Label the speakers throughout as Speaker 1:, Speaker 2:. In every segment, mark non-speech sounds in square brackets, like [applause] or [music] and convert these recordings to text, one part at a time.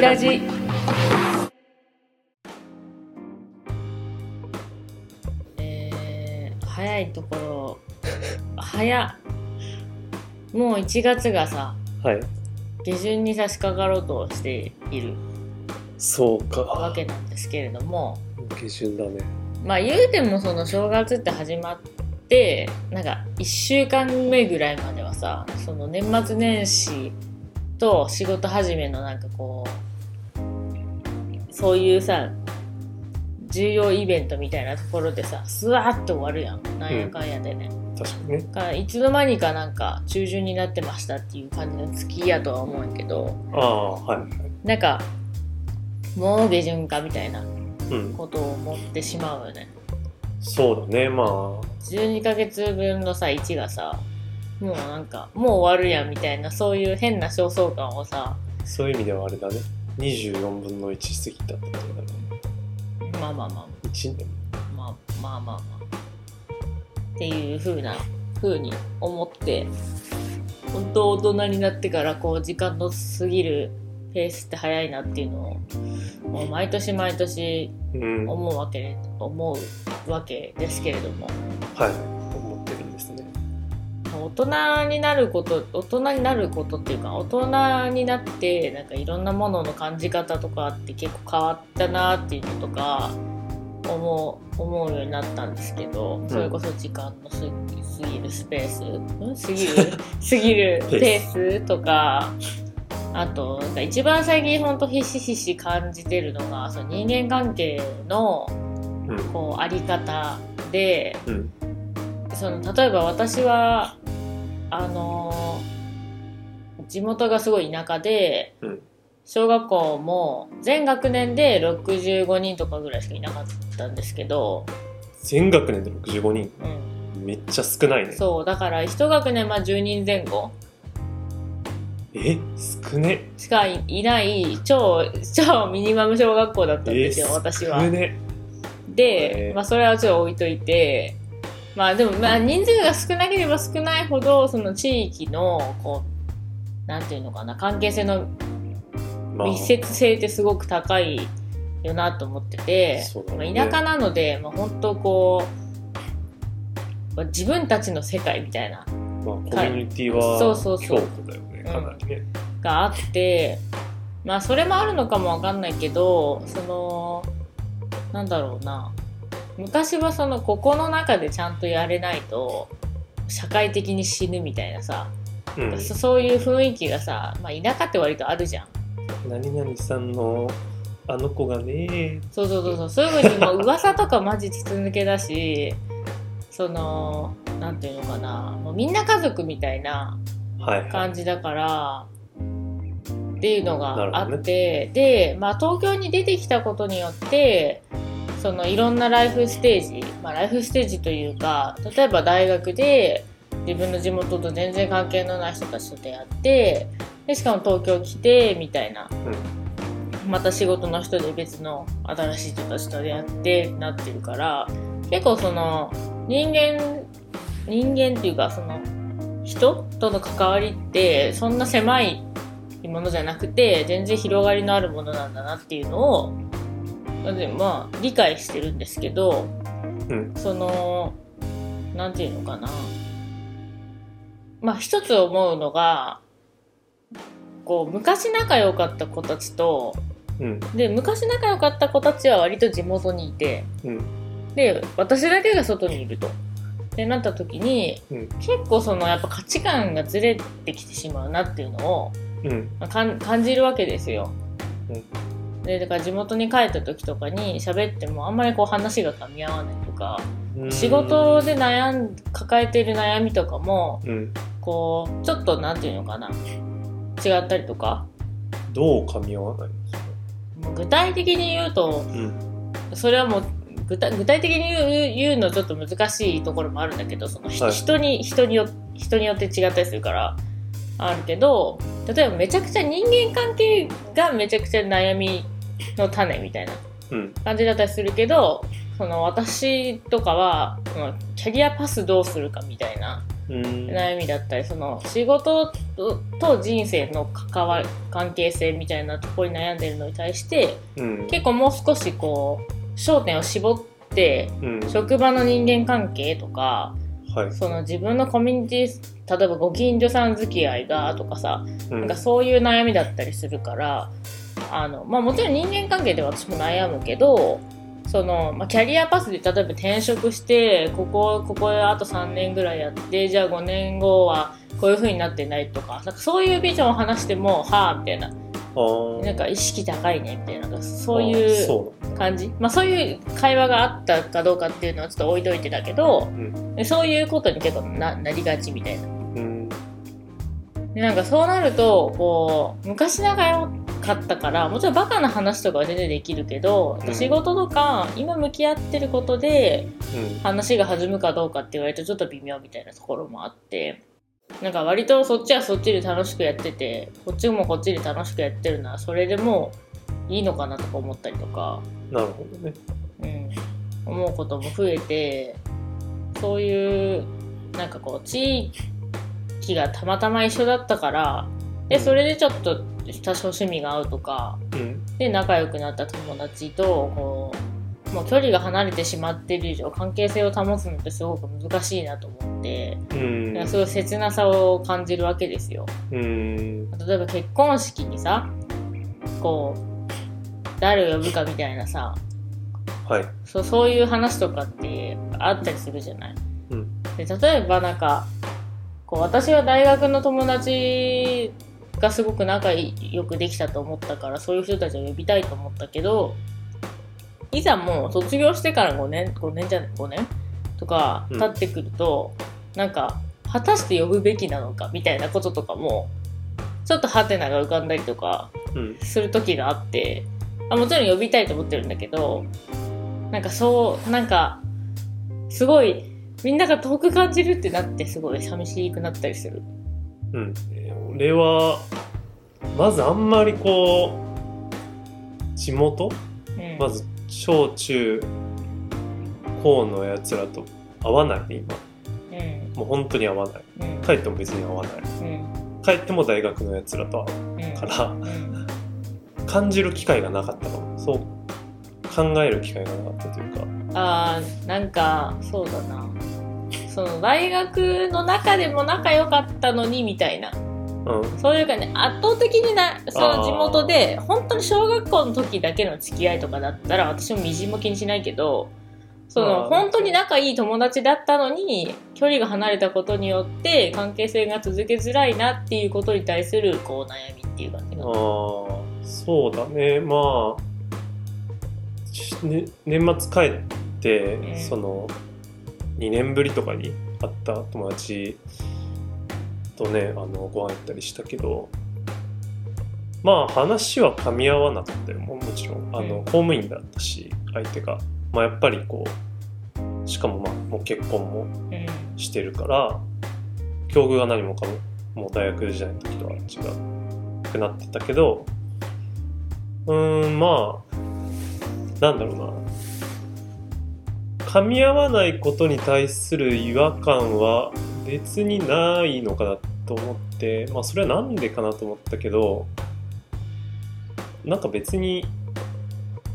Speaker 1: ラジえー、早いところ早っもう1月がさ
Speaker 2: はい
Speaker 1: 下旬に差し掛かろうとしている
Speaker 2: そう
Speaker 1: わ
Speaker 2: か
Speaker 1: けなんですけれども
Speaker 2: 下旬だね
Speaker 1: まあ言うてもその正月って始まってなんか1週間目ぐらいまではさその年末年始と仕事始めのなんかこうそういうさ重要イベントみたいなところでさスワーッと終わるやんなんやかんやでね、
Speaker 2: 確かにね
Speaker 1: だからいつの間にかなんか中旬になってましたっていう感じの月やとは思うんやけど
Speaker 2: ああはい
Speaker 1: なんかもう下旬かみたいな
Speaker 2: うん
Speaker 1: ことを思ってしまうよね
Speaker 2: そうだねまあ
Speaker 1: 12ヶ月分のさ1がさもうなんかもう終わるやんみたいなそういう変な焦燥感をさ
Speaker 2: そういう意味ではあれだね24分の1過ぎたってことだね
Speaker 1: まあまあま
Speaker 2: 1年
Speaker 1: あまあまあまあまあっていう風な風に思って本当大人になってからこう時間の過ぎるペースって早いなっていうのをもう毎年毎年
Speaker 2: うんは
Speaker 1: 思うわけで思うわけですけれども
Speaker 2: い思ってるんですね
Speaker 1: 大人になること大人になることっていうか大人になってなんかいろんなものの感じ方とかって結構変わったなっていうのとか思う思うようになったんですけど、それこそ時間の過ぎ過ぎるスペース、うん、過ぎる [laughs] 過ぎるペースとかあとなんか一番最近ほんとひしひし感じてるのがその人間関係の
Speaker 2: うん
Speaker 1: こうあり方で
Speaker 2: うん
Speaker 1: その例えば私はあのー地元がすごい田舎で、
Speaker 2: うん
Speaker 1: 小学校も全学年で65人とかぐらいしかいなかったんですけど、
Speaker 2: 全学年で65人
Speaker 1: うん、
Speaker 2: めっちゃ少ないね
Speaker 1: そうだから一学年まあ10人前後
Speaker 2: え少ね
Speaker 1: しかいない超超ミニマム小学校だったん
Speaker 2: え
Speaker 1: ですよ私は
Speaker 2: 少。ね
Speaker 1: で
Speaker 2: へ、ー
Speaker 1: まあ、それはちょっと置いといて、まあ、でもまあ人数が少なければ少ないほどその地域のこうなんていうのかな関係性の
Speaker 2: ま
Speaker 1: 密接性ってすごく高いよなと思ってて、
Speaker 2: そうだ
Speaker 1: ま
Speaker 2: ね
Speaker 1: あ、田舎なので、まあ、本当こうまあ自分たちの世界みたいな
Speaker 2: まあコミュニティは
Speaker 1: そうそうそう
Speaker 2: 強固だよねかなりね
Speaker 1: があってまあそれもあるのかもわかんないけどそのなんだろうな昔はそのここの中でちゃんとやれないと社会的に死ぬみたいなさ、
Speaker 2: うん
Speaker 1: そそういう雰囲気がさ、まあ、田舎って割とあるじゃん
Speaker 2: 何々さんのあの子がね
Speaker 1: そうそうそうそうそういうふうにもう噂とかマジ筒抜けだしそのなんていうのかなもうみんな家族みたいな
Speaker 2: はいはい
Speaker 1: 感じだから、っていうのがあ
Speaker 2: なる
Speaker 1: っ
Speaker 2: ほど
Speaker 1: て、で、まあ、東京に出てきたことによってそのいろんなライフステージ、まあ、ライフステージというか例えば大学で自分の地元と全然関係のない人たちと出会ってでしかも東京来てみたいな、また仕事の人で別の新しい人たちと出会ってなってるから結構その人間人間っていうかその人との関わりってそんな狭いものじゃなくて全然広がりのあるものなんだなっていうのをなんでまあ理解してるんですけど、
Speaker 2: うん
Speaker 1: そのなんていうのかなまあ一つ思うのがこう昔仲良かった子たちと
Speaker 2: うん
Speaker 1: で昔仲良かった子たちは割と地元にいて。
Speaker 2: うん
Speaker 1: で私だけが外にいると。ってなった時に、
Speaker 2: うん
Speaker 1: 結構そのやっぱ価値観がずれてきてしまうなっていうのを
Speaker 2: うん
Speaker 1: まあかん感じるわけですよ。
Speaker 2: うん
Speaker 1: でだから地元に帰った時とかに喋ってもあんまりこう話が噛み合わないとか
Speaker 2: うん
Speaker 1: 仕事で悩ん抱えている悩みとかも
Speaker 2: うん
Speaker 1: こうちょっとなんていうのかな違ったりとか
Speaker 2: どう噛み合わないんですか
Speaker 1: もう具体的に言うと
Speaker 2: うん
Speaker 1: それはもう具体具体的に言う言うのちょっと難しいところもあるんだけどその、ひ
Speaker 2: はい
Speaker 1: 人に人によ人によって違ったりするからあるけど例えばめちゃくちゃ人間関係がめちゃくちゃ悩みの種みたいな
Speaker 2: うん
Speaker 1: 感じだったりするけどその私とかは、うんキャリアパスどうするかみたいな
Speaker 2: うん
Speaker 1: 悩みだったりその仕事とと人生の関わり関係性みたいなところに悩んでるのに対して
Speaker 2: うん
Speaker 1: 結構もう少しこう焦点を絞って
Speaker 2: うん
Speaker 1: 職場の人間関係とか
Speaker 2: はい
Speaker 1: その自分のコミュニティ例えばご近所さん付き合いがとかさ
Speaker 2: う
Speaker 1: なん
Speaker 2: ん
Speaker 1: かそういう悩みだったりするからあの、まあ、もちろん人間関係では私も悩むけどその、まあ、キャリアパスで例えば転職してここここあと3年ぐらいやってじゃあ5年後はこういう風になってないとかなんかそういうビジョンを話してもはあみたいな
Speaker 2: あー
Speaker 1: なんか意識高いねみたいななんかそう
Speaker 2: あ
Speaker 1: いう
Speaker 2: そ
Speaker 1: 感じ、まあ、そういう会話があったかどうかっていうのはちょっと置いといてだけど、
Speaker 2: ん
Speaker 1: でそういうことに結構ななりがちみたいな。
Speaker 2: ううん
Speaker 1: でなんかそうなるとこう昔長かったからもちろんバカな話とかは全然できるけど、
Speaker 2: うん
Speaker 1: 仕事とか今向き合ってることで
Speaker 2: うん
Speaker 1: 話が弾むかどうかって言われるとちょっと微妙みたいなところもあってなんか割とそっちはそっちで楽しくやっててこっちもこっちで楽しくやってるならそれでもういいのかなとか思ったりとか。
Speaker 2: なるほどね
Speaker 1: うん、思うことも増えてそういうなんかこう地域がたまたま一緒だったからでそれでちょっと多少趣味が合うとか
Speaker 2: うん
Speaker 1: で仲良くなった友達とこうもう距離が離れてしまっている以上関係性を保つのってすごく難しいなと思って、
Speaker 2: うん
Speaker 1: そういう切なさを感じるわけですよ。
Speaker 2: うん
Speaker 1: 例えば結婚式にさこう誰を呼ぶかみたいなさ
Speaker 2: はい
Speaker 1: そうそういう話とかってあったりするじゃない。
Speaker 2: うん
Speaker 1: で例えばなんかこう私は大学の友達がすごく仲良くできたと思ったからそういう人たちを呼びたいと思ったけどいざもう卒業してから5年5年じゃない5年とか
Speaker 2: うん
Speaker 1: 経ってくると、なんか果たして呼ぶべきなのかみたいなこととかもちょっとハテナが浮かんだりとか
Speaker 2: うん
Speaker 1: する時があってあもちろん呼びたいと思ってるんだけどなんかそうなんかすごいみんなが遠く感じるってなってすごい寂しくなったりする
Speaker 2: うんえー俺はまずあんまりこう地元
Speaker 1: うん
Speaker 2: まず小中高のやつらと会わないね今
Speaker 1: うん
Speaker 2: もう本当に会わない
Speaker 1: うん
Speaker 2: 帰っても別に会わない
Speaker 1: うん
Speaker 2: 帰っても大学のやつらと会
Speaker 1: うん
Speaker 2: うから [laughs]
Speaker 1: うん
Speaker 2: 感じる機会がなかったかもそう考える機会がなかったというか
Speaker 1: あーなんかそうだなその大学の中でも仲良かったのにみたいな
Speaker 2: うん
Speaker 1: そういうかね圧倒的になその地元で本当に小学校の時だけの付き合いとかだったら私もみじんも気にしないけどそ
Speaker 2: あ
Speaker 1: の
Speaker 2: ー
Speaker 1: 本当に仲いい友達だったのに距離が離れたことによって関係性が続けづらいなっていうことに対するこう悩みっていうかね
Speaker 2: あーそうだねまあしね年末帰って、
Speaker 1: ん
Speaker 2: その2年ぶりとかに会った友達とねあのご飯行ったりしたけどまあ話は噛み合わなかったよももちろんあの、
Speaker 1: うん
Speaker 2: 公務員だったし相手が、まあ、やっぱりこうしかもまあもう結婚も
Speaker 1: うん
Speaker 2: してるから境遇が何もかももう大学時代の時とは違くなってたけどうーんまあなんだろうな噛み合わないことに対する違和感は別にないのかなと思ってまあそれはなんでかなと思ったけどなんか別に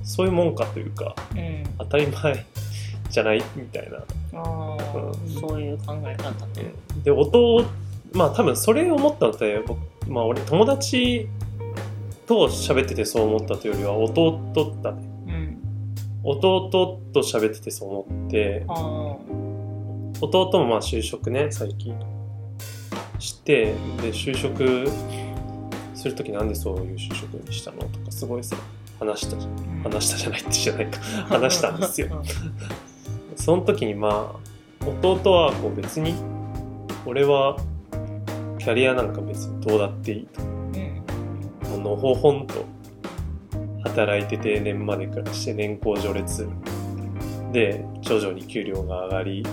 Speaker 2: そういうもんかというか
Speaker 1: うん
Speaker 2: 当たり前じゃないみたいな
Speaker 1: あ
Speaker 2: うん
Speaker 1: ーそういう考え方ね
Speaker 2: で音まあ多分それを思ったのって僕まあ俺友達と喋っててそう思ったというよりは弟だね
Speaker 1: うん
Speaker 2: 弟と喋っててそう思って
Speaker 1: あー
Speaker 2: 弟もまあ就職ね最近してで就職する時なんでそういう就職にしたのとかすごいさ話したじゃん
Speaker 1: うん
Speaker 2: 話したじゃないってじゃないか話したんですよその時にまあ弟はこう別に俺はキャリアなんか別にどうだっていいと
Speaker 1: うん
Speaker 2: もうのほほんと働いて定年まで暮らして年功序列で徐々に給料が上がり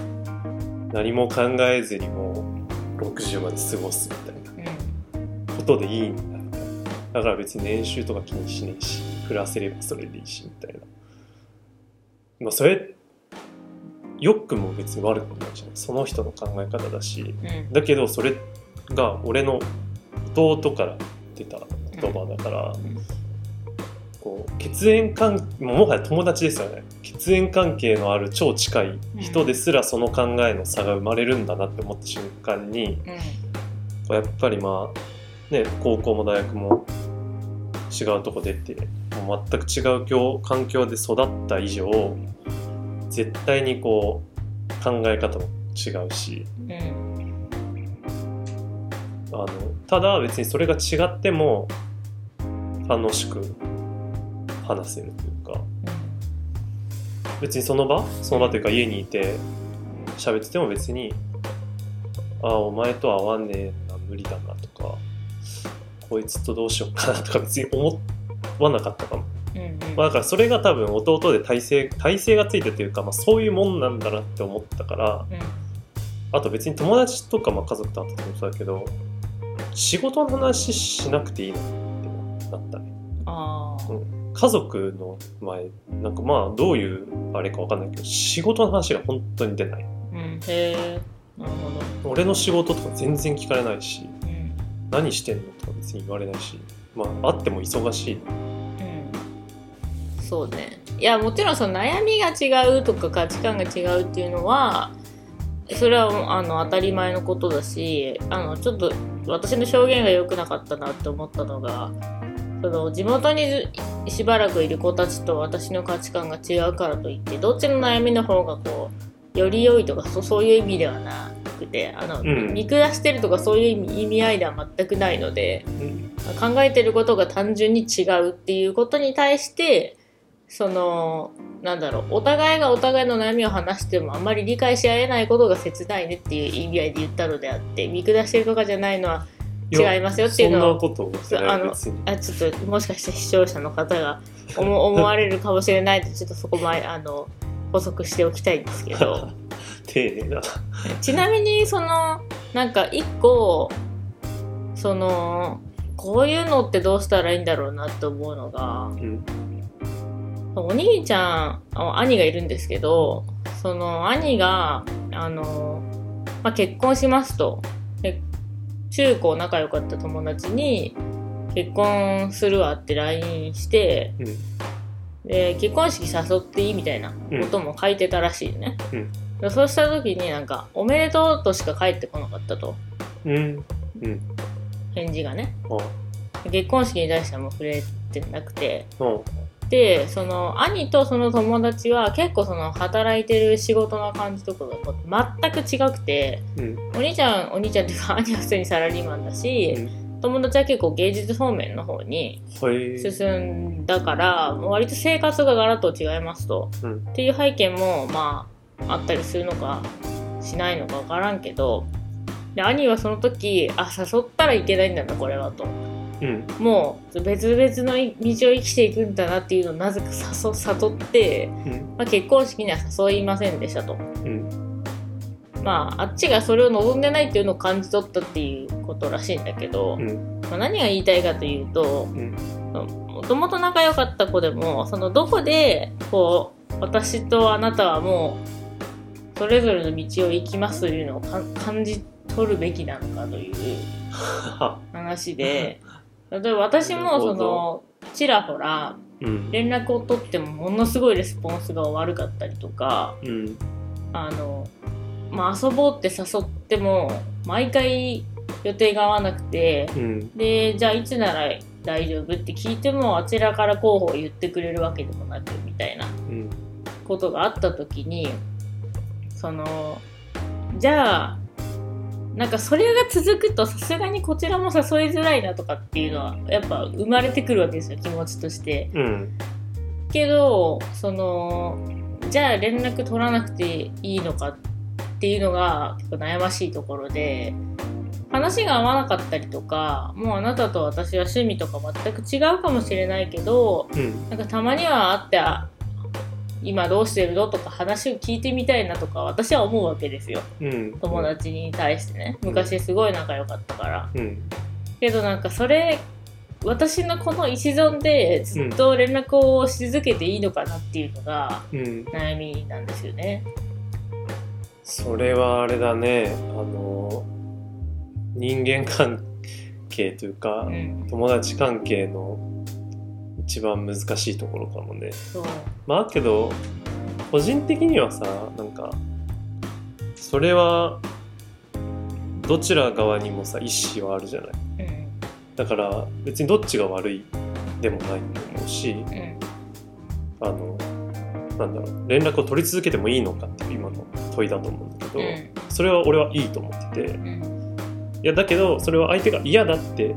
Speaker 2: 何も考えずにもう60まで過ごすみたいな
Speaker 1: う
Speaker 2: ことでいいんだみたいなだから別に年収とか気にしねえし暮らせればそれでいいしみたいなまあそれ良くも別に悪くもないじゃんその人の考え方だし
Speaker 1: うん
Speaker 2: だけどそれが俺の弟から出た言葉だから、
Speaker 1: ん
Speaker 2: こう血縁関もうもはや友達ですよね血縁関係のある超近い人ですらその考えの差が生まれるんだなって思った瞬間に
Speaker 1: うん
Speaker 2: こうやっぱりまあね高校も大学も違うとこ出てもう全く違う境環境で育った以上絶対にこう考え方も違うし
Speaker 1: うん
Speaker 2: あのただ別にそれが違っても楽しく話せるというか別にその場その場というか家にいて喋ってても別にああお前とは合わねえな無理だなとかこいつとどうしようかなとか別に思わなかったかも、
Speaker 1: うんうんうん
Speaker 2: まあ、だからそれが多分弟で体勢体勢がついたというか、まあ、そういうもんなんだなって思ったから
Speaker 1: うん
Speaker 2: あと別に友達とか、まあ、家族と会った時もそうだけど仕事の話しなくていいなってなったね
Speaker 1: あー
Speaker 2: 家族の前なんかまあどういうあれかわかんないけど仕事の話が本当に出ない
Speaker 1: うんへえなるほど
Speaker 2: 俺の仕事とか全然聞かれないし
Speaker 1: うん
Speaker 2: 何してんのとか別に言われないしまあ会っても忙しい
Speaker 1: うんそうねいやもちろんその悩みが違うとか価値観が違うっていうのはそれはもうあの当たり前のことだしあのちょっと私の証言が良くなかったなって思ったのがその地元にずしばらくいる子たちと私の価値観が違うからといってどっちの悩みの方がこうより良いとかそそういう意味ではなくてあの、
Speaker 2: ん
Speaker 1: 見下してるとかそういう意味意味合いでは全くないので。
Speaker 2: うん
Speaker 1: 考えてることが単純に違うっていうことに対してそのなんだろうお互いがお互いの悩みを話してもあんまり理解し合えないことが切ないねっていう意味合いで言ったのであって見下してるとかじゃないのは違いますよっていうの
Speaker 2: そ
Speaker 1: を
Speaker 2: んなことをして
Speaker 1: あ
Speaker 2: ない
Speaker 1: の
Speaker 2: 別に
Speaker 1: あちょっともしかして視聴者の方が思思われるかもしれないのでちょっとそこ前あの補足しておきたいんですけど。
Speaker 2: 丁寧だな
Speaker 1: ちなみにそのなんか一個そのこういうのってどうしたらいいんだろうなって思うのが
Speaker 2: うん
Speaker 1: お兄ちゃんあ兄がいるんですけどその兄があの、まあ、結婚しますとで中高仲良かった友達に結婚するわって LINE して
Speaker 2: うん
Speaker 1: で結婚式誘っていいみたいなことも書いてたらしいね、
Speaker 2: うん
Speaker 1: でそうした時になんか「おめでとう」としか返ってこなかったと
Speaker 2: うん
Speaker 1: 返事がね
Speaker 2: あ
Speaker 1: 結婚式に対してはもう触れてなくて
Speaker 2: あ
Speaker 1: でその兄とその友達は結構その働いてる仕事の感じとかがこう全く違くて
Speaker 2: うん
Speaker 1: お兄ちゃんお兄ちゃんっていうか兄は普通にサラリーマンだし、友達は結構芸術方面の方に
Speaker 2: はい
Speaker 1: 進んだから、もう割と生活がガラッと違いますと、
Speaker 2: うん
Speaker 1: っていう背景もまああったりするのかしないのか分からんけどで兄はその時あ誘ったらいけないんだなこれはと
Speaker 2: うん
Speaker 1: もう別々のい道を生きていくんだなっていうのをなぜか誘悟って、
Speaker 2: うん
Speaker 1: まあ、結婚式には誘いませんでしたと。
Speaker 2: うん
Speaker 1: まあ、あっちがそれを望んでないっていうのを感じ取ったっていうことらしいんだけど、
Speaker 2: うん
Speaker 1: まあ、何が言いたいかというと
Speaker 2: うん
Speaker 1: もともと仲良かった子でもそのどこでこう私とあなたはもうそれぞれの道を行きますというのをか感じ取るべきなのかという
Speaker 2: は
Speaker 1: 話
Speaker 2: [laughs]
Speaker 1: で例えば私もそ
Speaker 2: なるほど
Speaker 1: のちらほら
Speaker 2: うん
Speaker 1: 連絡を取ってもものすごいレスポンスが悪かったりとか
Speaker 2: うん
Speaker 1: あの、まあ、遊ぼうって誘っても毎回予定が合わなくて
Speaker 2: うん
Speaker 1: でじゃあいつなら大丈夫って聞いてもあちらから候補を言ってくれるわけでもなくみたいな
Speaker 2: うん
Speaker 1: ことがあった時にそのじゃあなんかそれが続くとさすがにこちらも誘いづらいなとかっていうのはやっぱ生まれてくるわけですよ気持ちとして。
Speaker 2: うん
Speaker 1: けどそのじゃあ連絡取らなくていいのかっていうのが結構悩ましいところで話が合わなかったりとかもうあなたと私は趣味とか全く違うかもしれないけど
Speaker 2: うん
Speaker 1: なんかたまには会ってあ今どうしてるのとか話を聞いてみたいなとか私は思うわけですよ
Speaker 2: うん
Speaker 1: 友達に対してね
Speaker 2: うん
Speaker 1: 昔すごい仲良かったから。
Speaker 2: うん
Speaker 1: けどなんかそれ私のこの一存でずっと連絡をし続けていいのかなっていうのが
Speaker 2: うん
Speaker 1: 悩みなんですよね。
Speaker 2: それはあれだねあの人間関係というか
Speaker 1: うん、
Speaker 2: 友達関係の一番難しいところかもね
Speaker 1: そう
Speaker 2: まあけど個人的にはさなんかそれはどちら側にもさ意思はあるじゃない
Speaker 1: うん
Speaker 2: だから別にどっちが悪いでもないと思うし
Speaker 1: うん
Speaker 2: あのなんだろう連絡を取り続けてもいいのかっていう今の問いだと思うんだけど、それは俺はいいと思ってて
Speaker 1: うんうん
Speaker 2: いやだけどそれは相手が嫌だって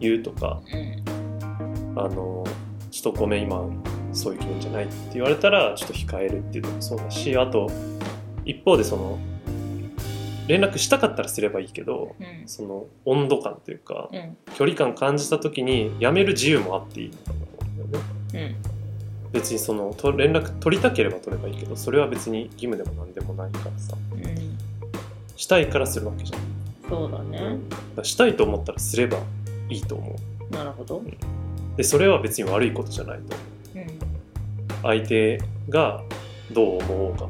Speaker 2: 言うとか
Speaker 1: うん
Speaker 2: あのちょっとごめん今そういう気分じゃないって言われたらちょっと控えるっていうのもそうだしあと一方でその連絡したかったらすればいいけど
Speaker 1: うん
Speaker 2: その温度感というか
Speaker 1: うん
Speaker 2: 距離感感じた時にやめる自由もあっていいのかなと思うんだよね
Speaker 1: うん
Speaker 2: 別にそのと連絡取りたければ取ればいいけどそれは別に義務でも何でもないからさ
Speaker 1: うん
Speaker 2: したいからするわけじゃん
Speaker 1: そうだね
Speaker 2: だからしたいと思ったらすればいいと思う
Speaker 1: なるほど
Speaker 2: でそれは別に悪いことじゃないと思う
Speaker 1: うん
Speaker 2: 相手がどう思おうか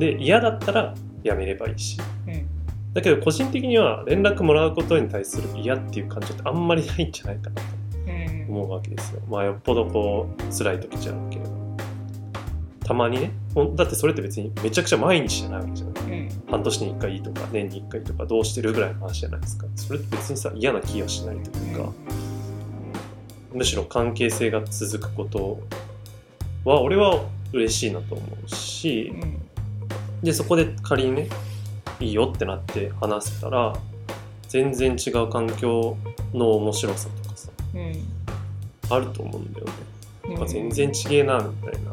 Speaker 2: で嫌だったらやめればいいし
Speaker 1: うん
Speaker 2: だけど個人的には連絡もらうことに対する嫌っていう感情ってあんまりないんじゃないかなと
Speaker 1: うん
Speaker 2: 思うわけですよまあよっぽどこう辛い時じゃなければたまにねほんだってそれって別にめちゃくちゃ毎日じゃないわけじゃない
Speaker 1: うん
Speaker 2: 半年に1回とか年に1回とかどうしてるぐらいの話じゃないですかそれって別にさ嫌な気がしないというか、むしろ関係性が続くことは俺は嬉しいなと思うし
Speaker 1: うん
Speaker 2: でそこで仮にねいいよってなって話せたら全然違う環境の面白さとかさ
Speaker 1: うん
Speaker 2: あると思うんだよね、
Speaker 1: う
Speaker 2: あ
Speaker 1: ん
Speaker 2: 全然ちげえなみたいな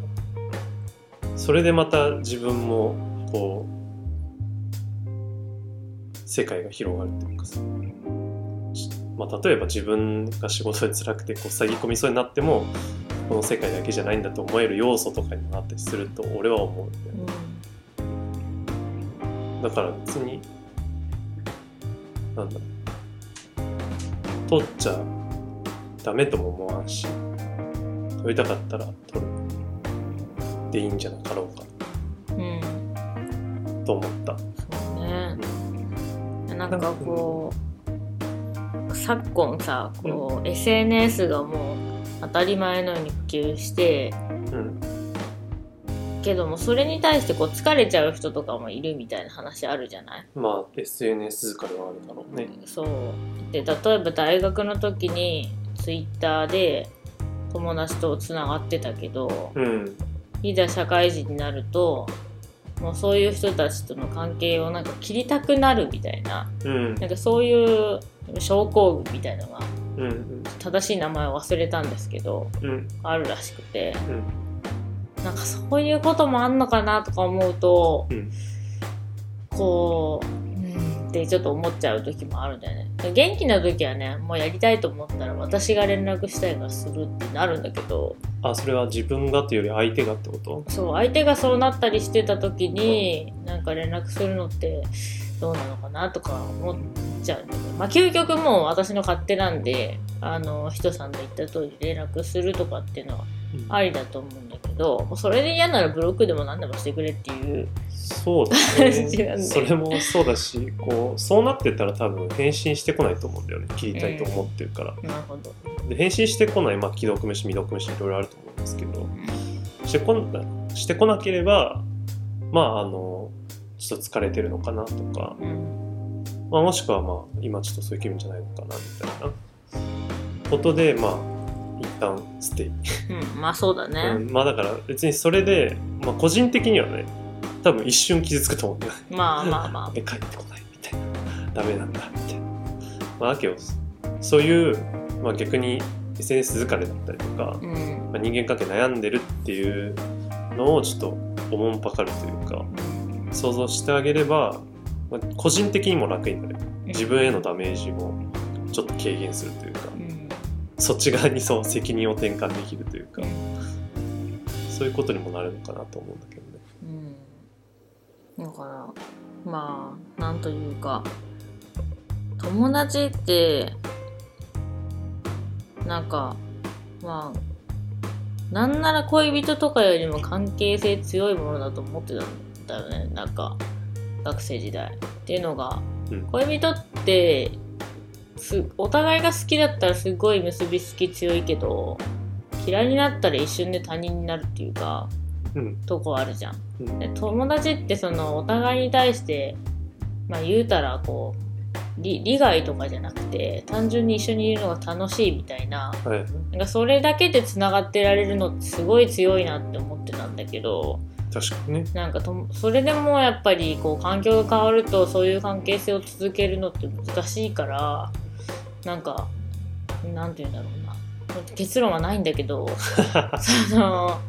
Speaker 2: それでまた自分もこう世界が広がるというかさしまあ、例えば自分が仕事で辛くてこう塞ぎ込みそうになってもこの世界だけじゃないんだと思える要素とかにもなったりすると俺は思うんだよね
Speaker 1: うん
Speaker 2: だから別になんだろう取っちゃダメとも思わんし取りたかったら取るでいいんじゃなかろうか
Speaker 1: うん
Speaker 2: と思った
Speaker 1: そうねなんかこう昨今さこう SNS がもう当たり前のように普及して
Speaker 2: うん
Speaker 1: けどもそれに対してこう疲れちゃう人とかもいるみたいな話あるじゃない
Speaker 2: まあ SNS 疲れはあるだろうね
Speaker 1: そうで例えば大学の時に Twitter で友達とつながってたけど
Speaker 2: うん
Speaker 1: いざ社会人になるともうそういう人たちとの関係をなんか切りたくなるみたいな
Speaker 2: うん
Speaker 1: なんかそういう症候群みたいなのが
Speaker 2: うん
Speaker 1: 正しい名前を忘れたんですけど
Speaker 2: うん
Speaker 1: あるらしくて
Speaker 2: うん
Speaker 1: なんかそういうこともあんのかなとか思うと、
Speaker 2: うん
Speaker 1: こううんってちょっと思っちゃう時もあるんだよね元気な時はねもうやりたいと思ったら私が連絡したいからするってなるんだけど
Speaker 2: あそれは自分がというより相手がってこと
Speaker 1: そう相手がそうなったりしてた時になんか連絡するのってどうなのかなとか思っちゃうんだけどまあ究極もう私の勝手なんであの人さんの言った通り連絡するとかっていうのはありだと思うんだけどもうそれで嫌ならブロックでも何でもしてくれっていう
Speaker 2: そうだ
Speaker 1: [laughs] 違う
Speaker 2: ね
Speaker 1: ね
Speaker 2: それもそうだしこうそうなってたら多分返信してこないと思うんだよね切りたいと思ってるから、
Speaker 1: なるほど
Speaker 2: で返信してこない、まあ、既読無視未読無視いろいろあると思うんですけどしてこんしてこなければまああのちょっと疲れてるのかなとか、
Speaker 1: うん
Speaker 2: まあ、もしくはまあ今ちょっとそういう気分じゃないのかなみたいなことでまあ一旦ステイ、
Speaker 1: うんまあそうだ
Speaker 2: う
Speaker 1: ね、
Speaker 2: ん、まあだから別にそれで、まあ、個人的にはね多分一瞬傷つくと思うんだよね
Speaker 1: まあまあま
Speaker 2: で帰ってこないみたいなダメなんだみたいなまあアケオスそういう、まあ、逆に SNS 疲れだったりとか
Speaker 1: あう、ん
Speaker 2: まあ、人間関係悩んでるっていうのをちょっとおもんぱかるというか想像してあげれば、まあ個人的にも楽になる自分へのダメージもちょっと軽減するというか
Speaker 1: うん
Speaker 2: そっち側にそう責任を転換できるというかそういうことにもなるのかなと思うんだけどね。
Speaker 1: うんだからまあなんというか友達ってなんかまあなんなら恋人とかよりも関係性強いものだと思ってたんったよねなんか学生時代っていうのが、
Speaker 2: うん
Speaker 1: 恋人ってすお互いが好きだったらすごい結びつき強いけど嫌いになったら一瞬で他人になるっていうか
Speaker 2: うん
Speaker 1: とこあるじゃん、
Speaker 2: うん
Speaker 1: で友達ってそのお互いに対してまあ言うたらこう利利害とかじゃなくて単純に一緒にいるのが楽しいみたいな
Speaker 2: はい
Speaker 1: なんかそれだけでつながってられるのってすごい強いなって思ってたんだけど
Speaker 2: 確かにね
Speaker 1: なんかともそれでもやっぱりこう環境が変わるとそういう関係性を続けるのって難しいからなんかなんて言うんだろうな結論はないんだけどその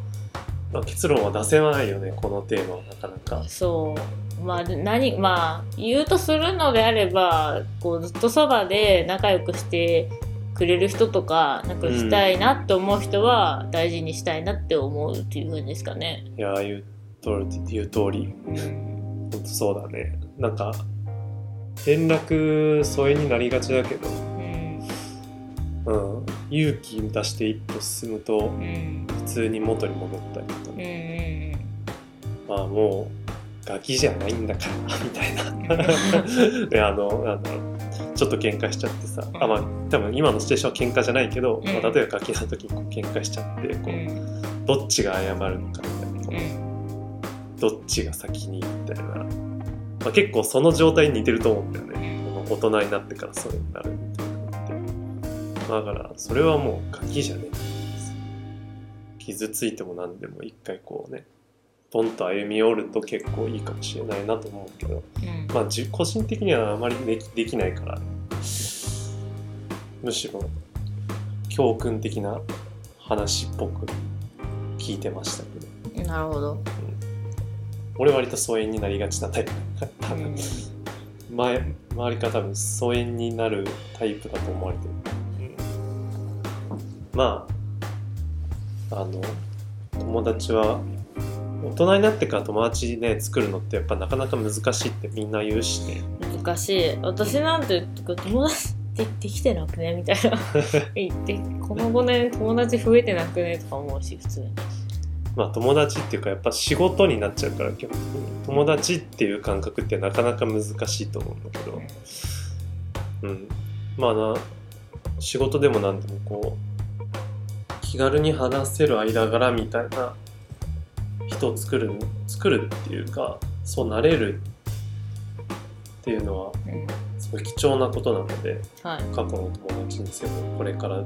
Speaker 2: まあ結論は出せないよねこのテーマはなかなか
Speaker 1: そうまあで何まあ言うとするのであればこうずっとそばで仲良くしてくれる人とか仲良くしたいなって思う人は大事にしたいなって思うっていう風ですかね。
Speaker 2: いやー言う通り言う通り本当そうだねなんか連絡疎遠になりがちだけど、
Speaker 1: うん
Speaker 2: うん、勇気出して一歩進むと
Speaker 1: うん
Speaker 2: 普通に元に戻ったりとか
Speaker 1: うんう
Speaker 2: ね、
Speaker 1: ん
Speaker 2: まあもうガキじゃないんだからみたい
Speaker 1: [laughs]
Speaker 2: なであのなんだろうちょっと喧嘩しちゃってさ、あまあ多分今のシチュエーションは喧嘩じゃないけど、まあ、例えばガキの時にこう喧嘩しちゃって
Speaker 1: う
Speaker 2: こう、
Speaker 1: ん
Speaker 2: どっちが謝るのかみたいなこう、
Speaker 1: うん
Speaker 2: どっちが先にみたいな、まあ、結構その状態に似てると思うんだよねこの大人になってからそれになるみたいなのってだからそれはもうガキじゃねえ傷ついても何でも一回こうねポンと歩み寄ると結構いいかもしれないなと思うけど
Speaker 1: うん
Speaker 2: まあじ個人的にはあまりできできないからむしろ教訓的な話っぽく聞いてましたけど
Speaker 1: なるほど。
Speaker 2: 俺割と疎遠になりがちなタイプ多
Speaker 1: う
Speaker 2: 分
Speaker 1: ん
Speaker 2: 前周りから多分疎遠になるタイプだと思われてる、まああの友達は大人になってから友達ね作るのってやっぱなかなか難しいってみんな言うしね
Speaker 1: 難しい私なんて友達でできてなくねみたいな言ってこの5年友達増えてなくねとか思うし普通に
Speaker 2: まあ友達っていうかやっぱ仕事になっちゃうから基本的に友達っていう感覚ってなかなか難しいと思うんだけど、うん、まあな仕事でも何でもこう気軽に話せる間柄みたいな人を作る作るっていうかそうなれるっていうのは
Speaker 1: うん
Speaker 2: すごい貴重なことなので
Speaker 1: はい、
Speaker 2: 過去の友達にせよこれから、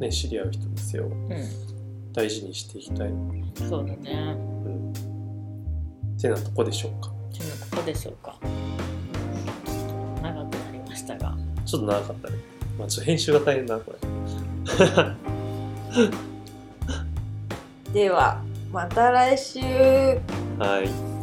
Speaker 2: ね、知り合う人にせよ
Speaker 1: う、
Speaker 2: 大事にしていきたい、うん
Speaker 1: そうだね
Speaker 2: ん、ってなとこでしょうか
Speaker 1: ちょっとここでしょうか長くなりましたが
Speaker 2: ちょっと長かったね、まあ、ちょっと編集が大変だなこれ
Speaker 3: ではまた来週
Speaker 2: はい